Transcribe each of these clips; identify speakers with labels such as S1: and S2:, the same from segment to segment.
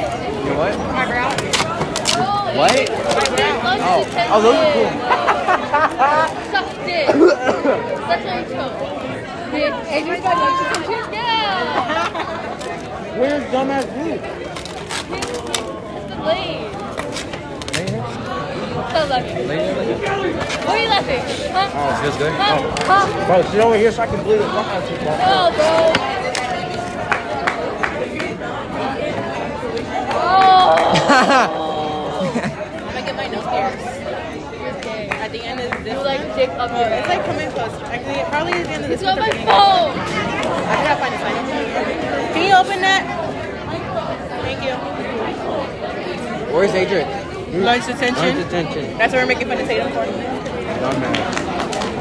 S1: what?
S2: My brow.
S1: What?
S2: My brow.
S1: Oh, oh, those are cool.
S2: Sucked it. That's what I told. Bitch. Adrian's got lunch too. Yeah.
S1: Where's dumbass
S2: It's the lane.
S1: Luke?
S2: So lucky. What are you laughing? Huh?
S1: Oh, feels good.
S2: Huh?
S1: Oh.
S2: Huh?
S1: Bro, sit over here so I can bleed the fuck out of you, bro.
S2: No, bro. Oh.
S3: I'm gonna get my nose pierced
S2: You're gay.
S3: at the end of this.
S2: You like dick up
S3: Oh,
S2: your
S3: it's like coming closer. Actually, probably at the end of this.
S2: It's on my
S3: month or beginning.
S2: phone.
S3: I gotta find a sign. Can you open that? Thank you.
S1: Where's Adrian? Hmm?
S3: Lunch attention.
S1: attention.
S3: That's what we're making fun of Tatum for.
S1: Dumbass.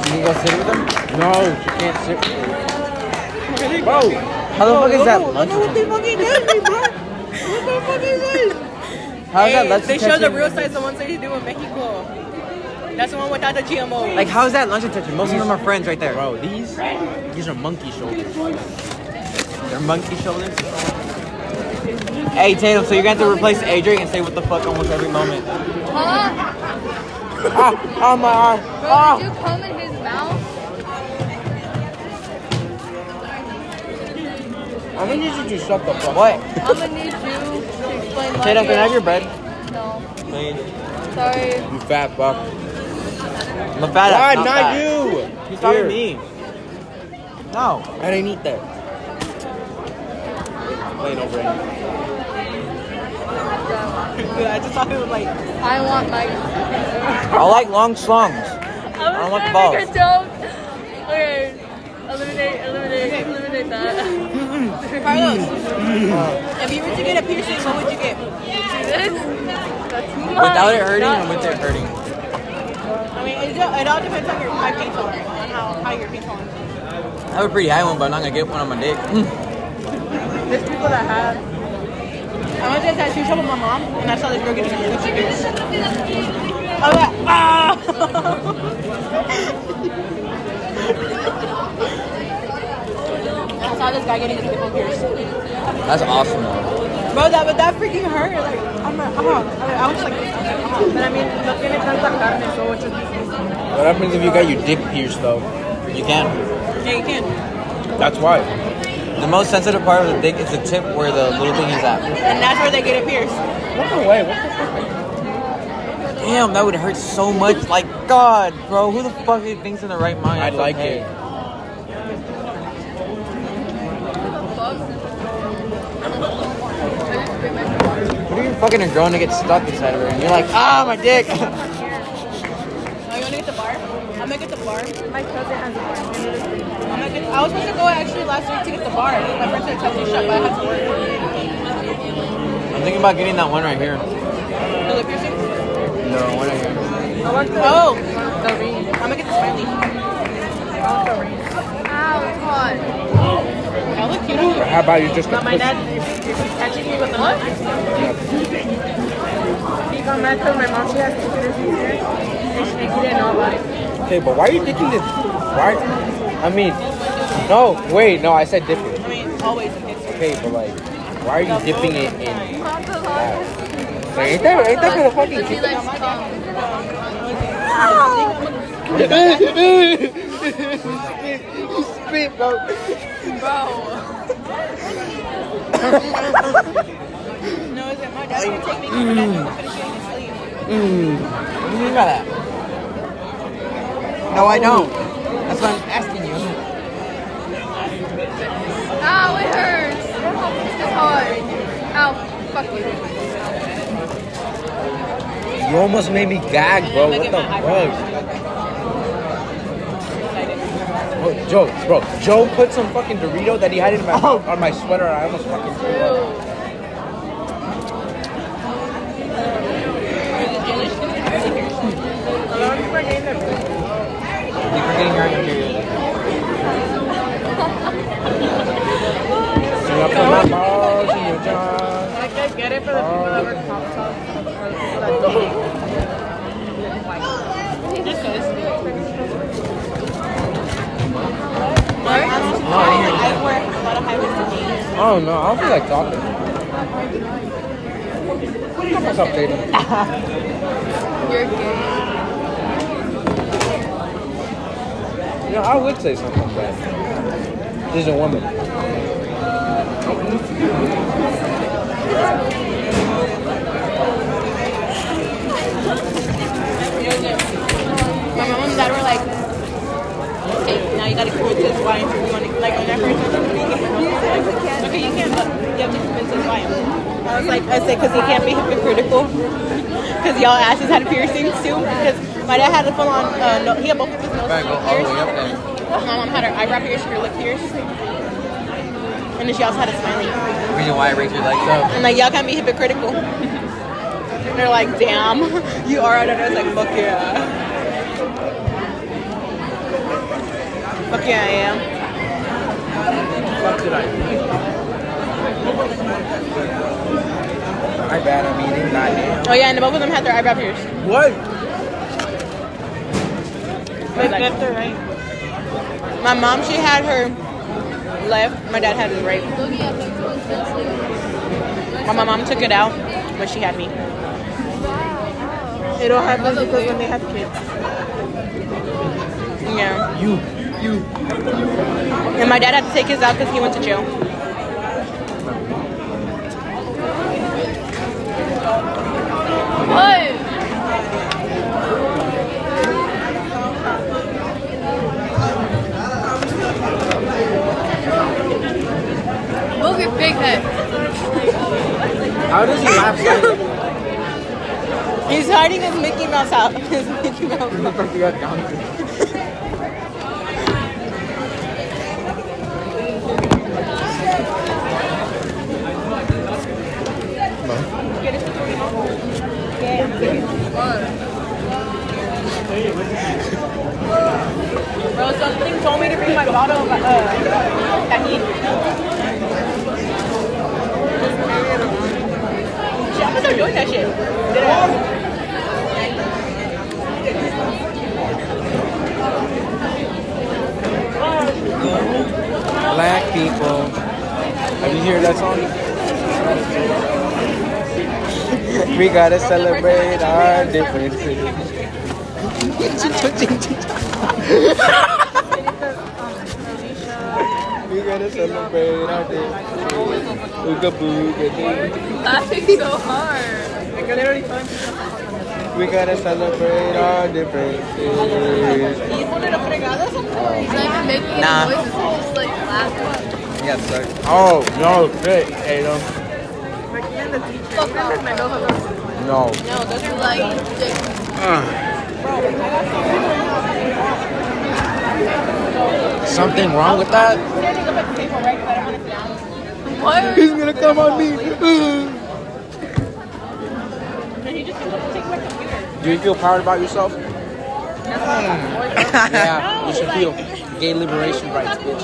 S1: You can go sit with him? No, she can't sit with him. Bro, how the fuck is
S3: Oh,
S1: that lunch?
S3: they fucking did me, bro. What the fuck is this?
S1: How is that lunch?
S3: they show the
S1: attention-
S3: real size the ones that you do in Mexico. That's the one without the GMO.
S4: Like, how is that lunch attention? Most of them are friends right there.
S1: Bro, these these are monkey shoulders.
S4: They're monkey shoulders. Hey Tatum, so you're gonna have to replace Adrian and say what the fuck almost every moment.
S2: Huh?
S1: ah, ah, my eye.
S2: Bro,
S1: Ah.
S2: did you come in his mouth?
S1: I'm gonna need you to shut the fuck What?
S2: I'm gonna need you to explain why.
S4: Tatum, can I have your
S2: you're-
S4: bread?
S2: No.
S4: Please.
S2: Sorry.
S1: You fat fuck.
S4: LaFata.
S1: Why not,
S4: fat.
S1: you?
S4: He's talking to
S1: Here.
S4: me. No.
S1: I didn't eat that. Playing over him.
S3: Dude, I just thought it was like.
S1: Hmm.
S2: I want my.
S4: I like long slongs.
S2: I
S4: don't
S2: was
S4: want the
S2: trying
S4: balls.
S2: to make a joke. Okay. Eliminate, eliminate, eliminate that.
S3: Carlos, if you were to get a piercing, what would you get?
S2: This, that's mine.
S4: Without it hurting
S2: not
S4: and with it
S2: yours.
S4: hurting.
S3: I mean, it, it all depends on your my pain tolerance, on how high your pain tolerance. is.
S4: I have a pretty high one, but I'm not gonna get one on my dick. Mm.
S3: There's people that have. I went to a tattoo shop with my mom, and I saw this girl getting a tattoo. I was like, ah! I saw this guy getting his nipple pierced.
S4: That's awesome. though.
S3: Bro, that but that freaking hurt. Like, I'm like, ah, I, mean, I was like, this. I was like, ah. But I mean, no tiene tanta carne, so it's just.
S1: What happens if you got your dick pierced though?
S4: You can.
S3: Yeah, you can.
S1: That's why.
S4: The most sensitive part of the dick is the tip where the little thing is at.
S3: And that's where they get it pierced.
S1: Walk away. What the
S4: Damn, that would hurt so much. Like, God, bro, who the fuck thinks in the right mind?
S1: I
S4: that's
S1: like
S4: okay?
S1: it.
S4: What are you fucking a drone to get stuck inside of her? And you're like, ah, my dick.
S3: Oh, you wanna get the bar? I'm gonna get the bar. My cousin has a bar. I'm gonna get, I was supposed to go actually last week to get the bar. My friend's at a tattoo shop, but I had to work.
S4: I'm thinking about getting that one right here.
S3: The lip piercing?
S4: No, one right here.
S3: Oh! The ring. I'm gonna get the smiley.
S2: Ow, it's hot.
S3: I look cute.
S1: How about you just
S3: But
S1: get
S3: my
S1: pussy?
S3: dad, if if he's catching me with the what? He got mad because my mom, she has two piercings here. And she he didn't know about it.
S1: Okay, but why are you thinking this? Why? I mean, no. Wait, no. I said dipping.
S3: I mean, always it's
S1: Okay, but like, why are you dipping it in?
S2: Papa, Papa.
S1: Like, ain't that ain't that gonna fucking
S2: It'd be like scum.
S1: you spit, bro.
S3: Bro. no, is it my dad's gonna take me to the bathroom and finish getting his sleep?
S4: What do you mean by that? No, I don't. That's what I'm asking you.
S2: Ow, it hurts. It's hard. Ow, fuck you.
S1: You almost made me gag, bro. What the fuck? Oh, Joe, bro, Joe put some fucking Dorito that he had in my on my sweater. and I almost fucking threw up.
S4: I think we're getting her in here.
S1: You put my balls in your jar.
S3: Like I get it for the people
S1: Oh.
S3: that work pop top or that don't. Just this. I
S1: Oh,
S3: wear a lot of high waisted jeans.
S1: I don't know. I don't feel like talking. What's up, baby?
S2: You're gay.
S1: You know, I would say something like that. She's a woman.
S3: My mom and dad were like, okay, now you gotta convince his wife if you want to, like, when I first started speaking, my mom was like, okay, you can't, but you have to convince his wife. I was like, I said, because he can't be hypocritical. Because y'all asses had piercings too. Because my dad had a full on, uh, no, he had both of his noses pierced. My mom had her eyebrow pierced, her lip pierced. And then she also had a smiley.
S4: Reason why I raised your legs up.
S3: And like, y'all can't be hypocritical. And they're like, damn, you are. And I was like, fuck yeah. Fuck yeah, I am.
S1: fuck did I eat? I bet I'm eating that now.
S3: Oh yeah, and both of them had their eyebrow pierced.
S1: What?
S3: Like, left or right? My mom, she had her left. My dad had his right. When my mom took it out, but she had me. It all happens because when they have kids. Yeah.
S1: You. You.
S3: And my dad had to take his out because he went to jail.
S2: Oh, Look at big head.
S1: How does he laugh so much?
S3: He's hiding his Mickey Mouse out. His Mickey Mouse.
S1: Look like you got Down syndrome.
S3: Bro, something told me to bring my bottle of uh, tahini. Shit, I'm gonna start doing that shit.
S1: Black people. Have you heard that song? we gotta celebrate our differences. we gotta celebrate our differences. Ooga booga doo.
S2: Laughing so hard.
S1: We gotta celebrate our differences.
S2: He's not even making any
S4: Nah.
S2: noises. He's just like laughing.
S1: Yes, sir. Oh, no, shit, Adam.
S2: Fuck off.
S1: No.
S2: No, those are like dick.
S1: Something wrong with that?
S2: What?
S1: He's gonna come on me. Do you feel proud about yourself? yeah, you should feel gay liberation rights, bitch.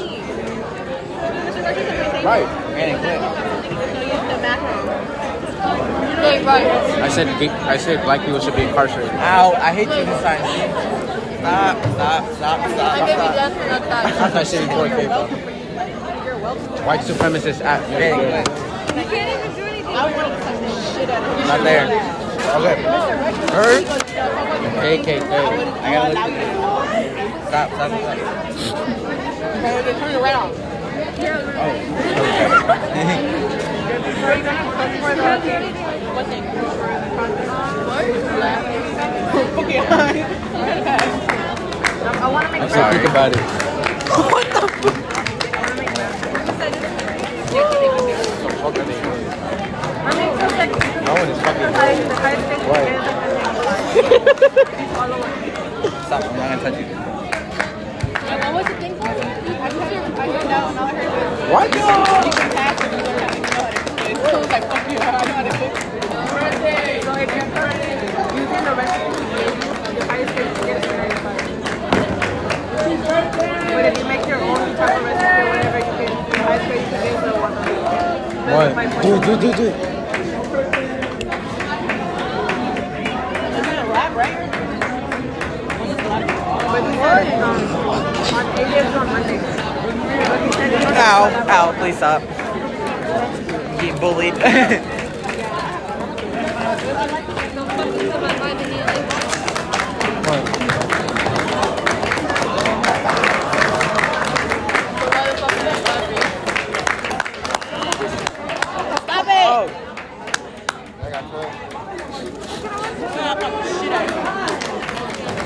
S1: Right. And it
S2: Hey, right.
S1: I said gay, I said black people should be incarcerated.
S4: Ow, I hate you this time. Stop, stop, stop,
S2: I
S4: stop,
S2: gave you
S4: stop.
S2: death for not that.
S1: That's not shitty for people. White supremacist act.
S4: Hey,
S2: You can't even do anything.
S4: not there.
S1: Okay. Heard? KKK.
S4: I gotta look. Stop, stop, stop.
S3: Turn the red off.
S1: I'm sorry. Think about it. What the fuck? No one is fucking. Why?
S4: Stop, I'm not gonna touch you.
S2: What was the thing
S1: What?
S5: But if you make your own type of recipe or whatever, you can do high space things or whatnot.
S1: What? Do do do do.
S5: But he was on, on eight days on Monday. But he said he was
S4: Ow, ow, please stop. Get bullied.
S3: Stop it!
S1: Oh,
S6: I got twelve.
S3: Stop the shit out of you.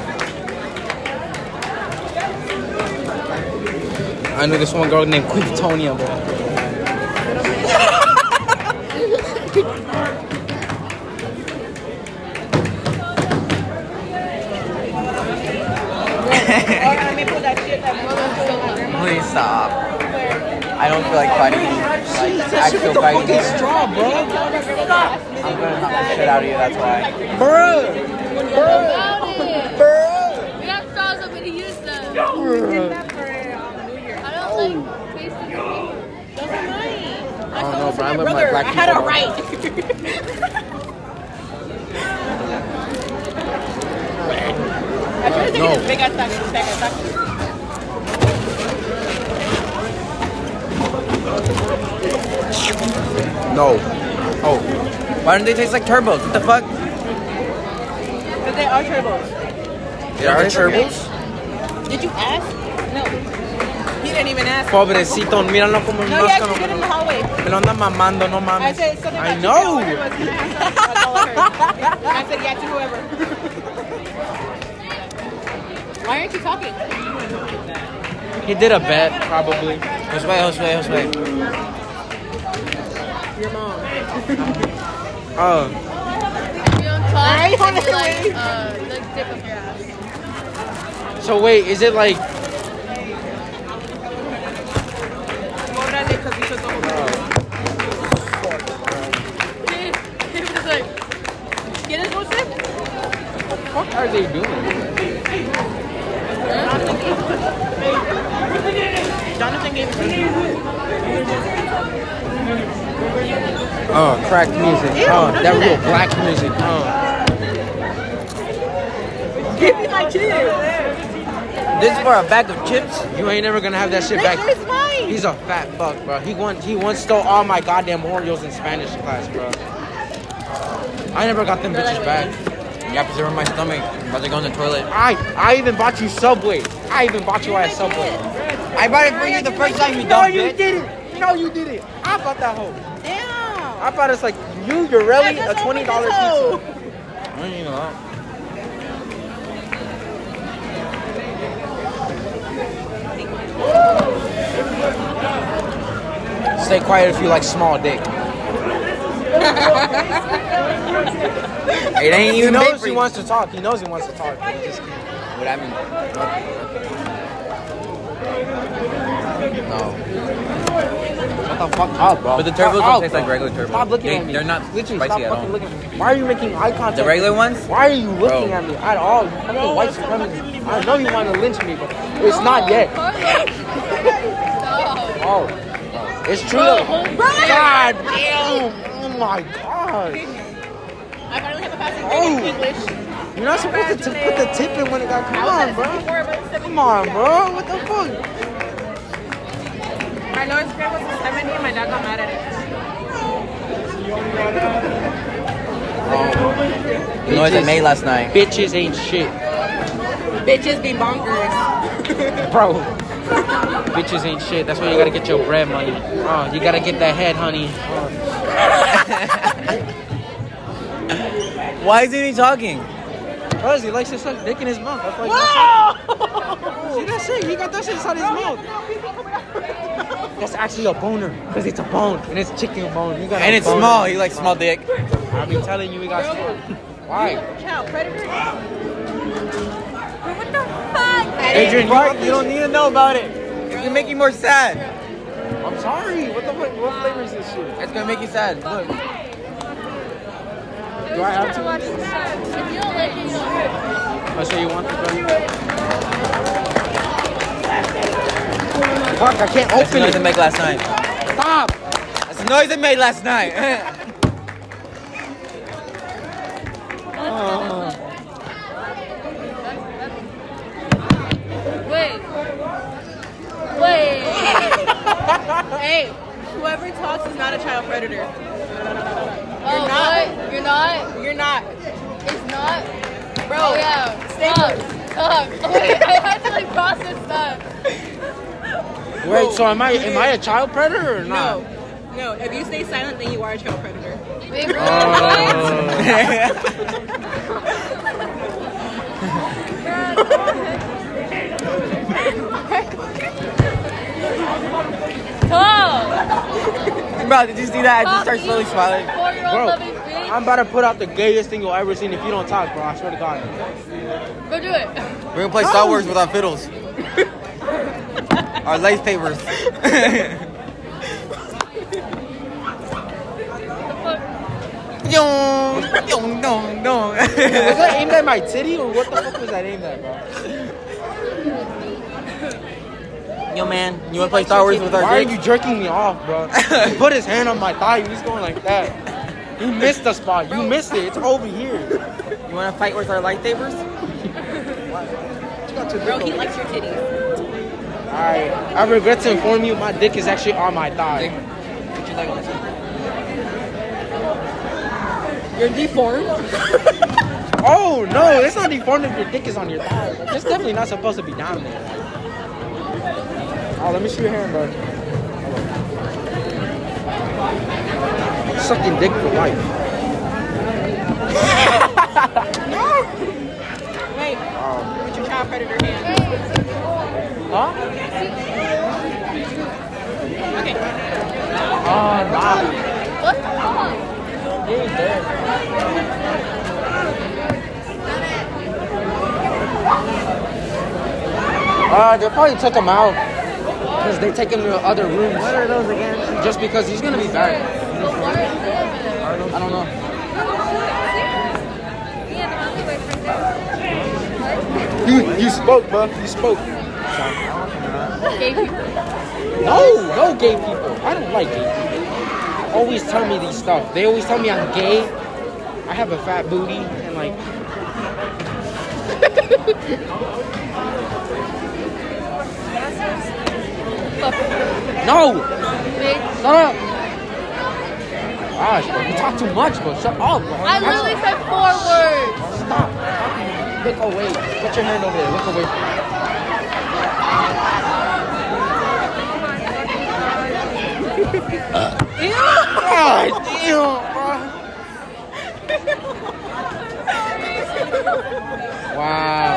S1: I knew this one girl named Quintonia, bro.
S3: Or let me put that shit that motherfucker.
S4: Please stop. I don't feel like fighting you. Like, I feel fighting you.
S1: straw, bro.
S4: I'm gonna knock the shit out of you, that's why.
S1: Bro, bro.
S2: We have straws, I'm gonna use them. um, I don't like basically.
S3: Those are mine. I
S1: don't
S3: sold those to my
S1: know, bro. I live my
S3: brother. I
S1: black
S3: had a
S1: people
S3: right. I tried to take
S1: No.
S3: this big ass taco, big ass taco.
S1: No.
S4: Oh. Why don't they taste like turbos? What the fuck?
S3: Because they are turbos.
S1: There are turbos?
S3: Did you ask? No. He didn't even ask.
S1: Pobrecito, míralo como
S3: No, he actually did in
S1: máscaro.
S3: the hallway.
S1: Me lo anda mamando, no
S3: I
S1: mames.
S3: said something
S1: I
S3: about
S1: know.
S3: You said order was, and I asked her, I'll call her. And I said, yeah, to whoever. Why aren't you talking?
S1: He did a bet, probably.
S4: Josue, Josue, Josue.
S1: Oh,
S2: You don't talk.
S3: Why are you
S2: and
S3: wanna
S2: like,
S3: leave?
S2: uh, like dip up your ass.
S1: so wait, is it like
S3: because we took the whole
S2: He was like,
S3: Get his bullshit?
S1: what are they doing?
S3: Jonathan gave it to me.
S1: Oh, crack music. Oh, that real black music. Oh.
S3: Give me my chips.
S4: This is for a bag of chips?
S1: You ain't never gonna have that shit
S3: This is
S1: back.
S3: mine.
S1: He's a fat fuck, bro. He won. He once stole all my goddamn Oreos in Spanish class, bro. I never got them bitches back.
S4: Yeah, because they're in my stomach. I'm about to go in the toilet.
S1: I I even bought you Subway. I even bought you at Subway.
S4: I bought it for you the first time, you
S1: No,
S4: dumb
S1: you
S4: bitch.
S1: did it. No, you did it. I bought that hoe.
S3: Damn.
S1: I bought us like you, Urelli, a twenty dollar pizza.
S4: I don't even know that.
S1: Stay quiet if you like small dick.
S4: It ain't
S1: He
S4: even big
S1: knows
S4: for
S1: he
S4: you.
S1: wants to talk. He knows he wants to talk. but he just can't.
S4: What I mean? No.
S1: Shut the fuck up, bro.
S4: But the turbos
S1: Shut
S4: don't
S1: up,
S4: taste
S1: bro.
S4: like regular turbos.
S1: Stop looking
S4: They-
S1: at me.
S4: they're not
S1: Literally,
S4: spicy
S1: stop
S4: at
S1: fucking
S4: all.
S1: Looking at me. Why are you making eye contact?
S4: The regular ones?
S1: Why are you looking
S4: Bro.
S1: at me at all? You fucking white supremacist. I know you want to lynch me, but it's not yet.
S2: Stop.
S1: Oh, it's true. though. God damn! Oh my god!
S3: I finally have a passing grade
S1: Oh.
S3: in English.
S1: You're not supposed to t- put the tip in when it got. Come on, bro.
S3: Four, but seven.
S1: Come on, bro. What the fuck?
S3: My lowest grade was a 70 and my dad got mad at it.
S4: The noise I made last night.
S1: Bitches ain't shit,
S3: Bitches be bonkers.
S1: bro. Bitches ain't shit. That's why you gotta get your bread money. Oh, you gotta get that head, honey.
S4: Why isn't he talking?
S1: Cause he likes to suck dick in his mouth. That's why he See that shit? He got that shit inside his mouth. That's actually a boner, cause it's a bone and it's chicken bone. You got
S4: And it's small. He likes small dick.
S1: I be telling you, we got. Why?
S3: Child predator.
S1: Adrian, you got
S4: you don't need to know about it. You're making more sad.
S1: I'm sorry. What the fuck? What flavor is this shit?
S4: It's gonna make you sad. Look.
S1: Do I have to?
S2: If you don't like it, you don't hurt.
S1: Oh, so you want the Fuck! I can't
S4: That's the
S1: open
S4: noise I
S1: it.
S4: made last night.
S1: Stop!
S4: That's the noise I made last night.
S2: Wait. Wait.
S3: Hey, whoever talks is not a child predator.
S2: Oh, oh, What?
S3: not.
S2: You're not?
S3: You're not.
S2: It's not?
S3: Bro,
S2: Oh, yeah.
S3: stay-
S2: Fuck. Fuck. Wait, I had to like process that.
S1: Wait, so am I am I a child predator or not?
S3: No. No, if you stay silent, then you are a child predator.
S2: Wait, bro.
S1: Oh.
S2: Come.
S4: Bro, did you see that? I just
S2: Oh! Fuck
S4: started slowly
S2: you,
S4: smiling.
S2: Four-year-old
S1: Bro,
S2: loving bitch.
S1: I'm about to put out the gayest thing you'll ever seen if you don't talk, bro. I swear to God.
S2: Go do it.
S4: We're gonna play Star Wars without fiddles. Our lightsabers. Yong, yong, dong, dong.
S1: Was that aimed at my titty or what the fuck was that aimed at, bro?
S4: Yo, man, you wanna play Star Wars with
S1: Why
S4: our
S1: are
S4: dick?
S1: you jerking me off, bro? He put his hand on my thigh. He was going like that. You missed the spot. You missed it. It's over here.
S4: You wanna fight with our lightsabers?
S3: Bro, he likes your titties.
S1: Alright. I regret to inform you, my dick is actually on my thigh.
S4: Put your leg on the table.
S3: You're deformed.
S1: Oh no, it's not deformed if your dick is on your thigh. bro. It's definitely not supposed to be down there. Oh, let me see your hand, bro. Hold on. Sucking dick for life.
S3: Wait, with your child predator hand.
S1: Huh?
S3: Okay.
S1: Oh, nah.
S2: What the fuck?
S1: You ain't there. Uh, they probably took him out because they take him to other rooms. What are those again? Just because he's gonna be back.
S2: But where is it? Yeah,
S1: I don't know.
S2: the alleyway right there.
S1: You you spoke, bro. You spoke.
S2: Gay people.
S1: No, no gay people. I don't like gay people. Always tell me these stuff. They always tell me I'm gay. I have a fat booty and like. no,
S2: Bitch.
S1: shut up. Gosh, bro, you talk too much, bro. Shut up, bro.
S2: I literally said four words.
S1: Stop. Look away. Put your hand over there. Look away. God damn, bro. Wow.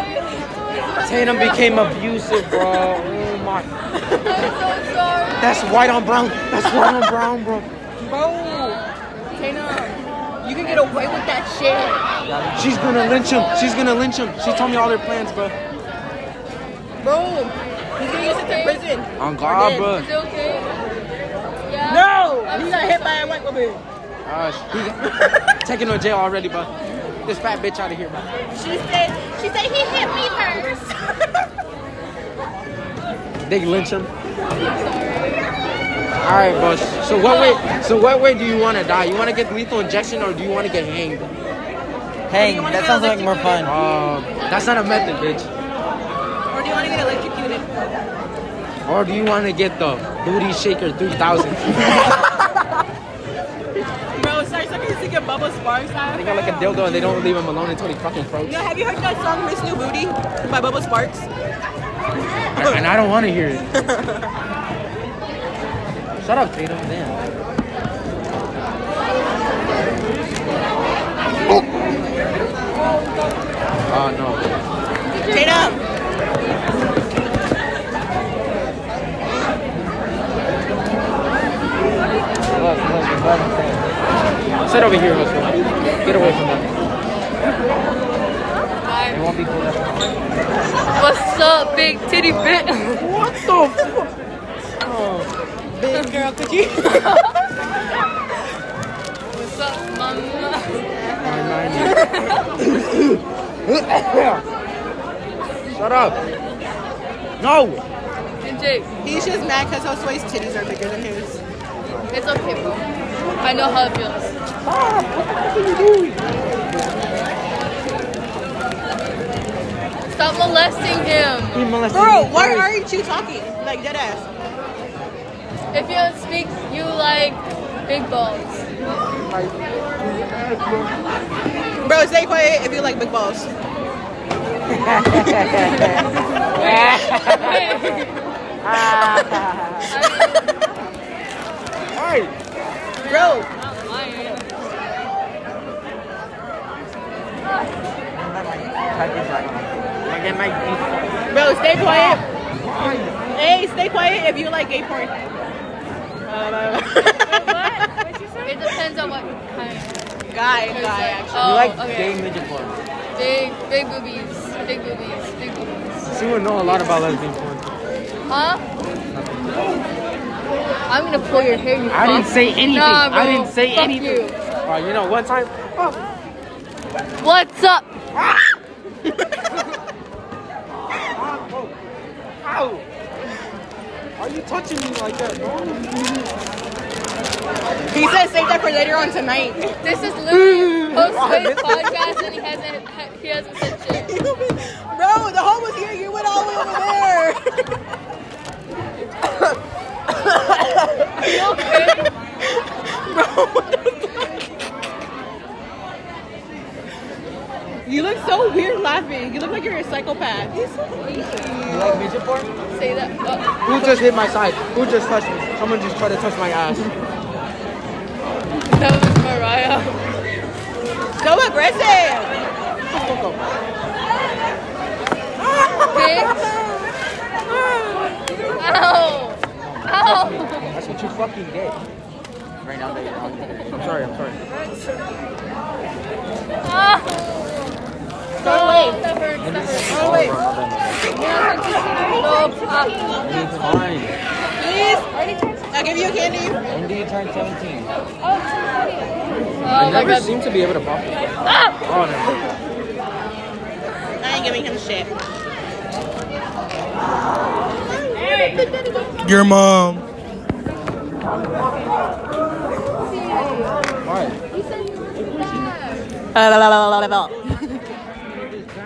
S1: Tatum became abusive, bro. Oh my.
S2: I'm so sorry.
S1: That's white on brown. That's white on brown, bro.
S3: Bro, Tana, you can get away with that shit.
S1: She's gonna lynch him. She's gonna lynch him. She told me all their plans, bro.
S3: Bro, he's gonna get sent to prison.
S1: On God, bro.
S2: Is it okay? Yeah.
S3: No!
S2: I'm
S3: He
S2: sorry.
S3: got hit by a white woman.
S1: Gosh, he taking to jail already, bro. This fat bitch out of here, bro.
S3: She said, she said he hit me first.
S1: They lynch him. All right, boss. So what way? So what way do you want to die? You want to get lethal injection or do you want to get hanged?
S4: Hang, that sounds like more fun.
S1: Um, that's not a method, bitch.
S3: Or do you want to get electrocuted?
S1: Or do you want to get the booty shaker 3000?
S3: Bro, sorry, so can you get Bubba Sparks out?
S1: They got like a dildo and they don't leave him alone until he fucking croaks.
S3: Yo, have you heard that song Miss New Booty by Bubba Sparks?
S1: And I don't want to hear it. Shut up, Tatum. Damn. Oh no.
S3: Straight up.
S1: Look, look, look, look, look. Sit over here, Muslim. Get away from them. You won't be pulled up.
S2: What's up, big titty bitch?
S1: What the fuck?
S3: Big girl cookie.
S2: What's up, mama?
S1: Shut up. No.
S2: And Jake,
S3: He's just mad because Josue's titties are bigger than his.
S2: it's okay, bro. I know how it feels. Stop molesting him.
S1: He molested
S3: Bro,
S1: me
S3: why
S1: twice.
S3: aren't you talking? Like, dead ass.
S2: If you don't speak, you like big balls.
S3: Bro, stay quiet if you like big balls. Bro,
S2: Not lying.
S4: Again, my
S3: bro, stay quiet. Hey, stay quiet if you like gay porn. Uh,
S2: What? What'd you say? It depends on what kind.
S3: Guy,
S2: There's
S3: guy,
S2: like-
S3: actually.
S2: oh,
S4: you like
S2: okay.
S4: gay midget porn.
S2: Big, big boobies. Big boobies. Big boobies.
S4: She would know a lot about lesbian porn.
S2: Huh? I'm gonna pull your hair, you
S4: I didn't
S2: fuck.
S4: say anything.
S2: Nah, bro.
S4: I didn't say
S2: Fuck
S4: anything.
S2: you.
S4: Bro, you know, one time,
S2: What's up?
S1: Ow! Why are you touching me like that, bro?
S3: He said save that for later on tonight.
S2: This is literally post his podcast and he hasn't he hasn't said shit.
S3: Bro, the home was here. You went all the way over there. Bro, what the fuck? You look so weird laughing. You look like you're a psychopath.
S1: You like midget porn?
S2: Say that. Oh,
S1: Who just hit my side? Who just touched me? Someone just tried to touch my ass.
S2: Oh, that was Mariah.
S3: So aggressive.
S1: Fuck up.
S2: Bitch. Ow. Ow.
S1: That's what you fucking get.
S4: right now, they
S1: I'm sorry, I'm sorry.
S2: Ah. No, that hurts. That hurts.
S3: Oh, wait.
S2: No, ah.
S4: It's fine.
S3: Please. I'll give you a candy.
S4: When do you turn 17?
S2: Oh my
S1: Never
S2: god.
S1: seem to be able to pop it.
S2: Ah.
S1: Oh, no.
S3: I ain't giving him shit.
S7: Your mom.
S2: He said you were back.
S3: Uh, la, la, la, la, la, la.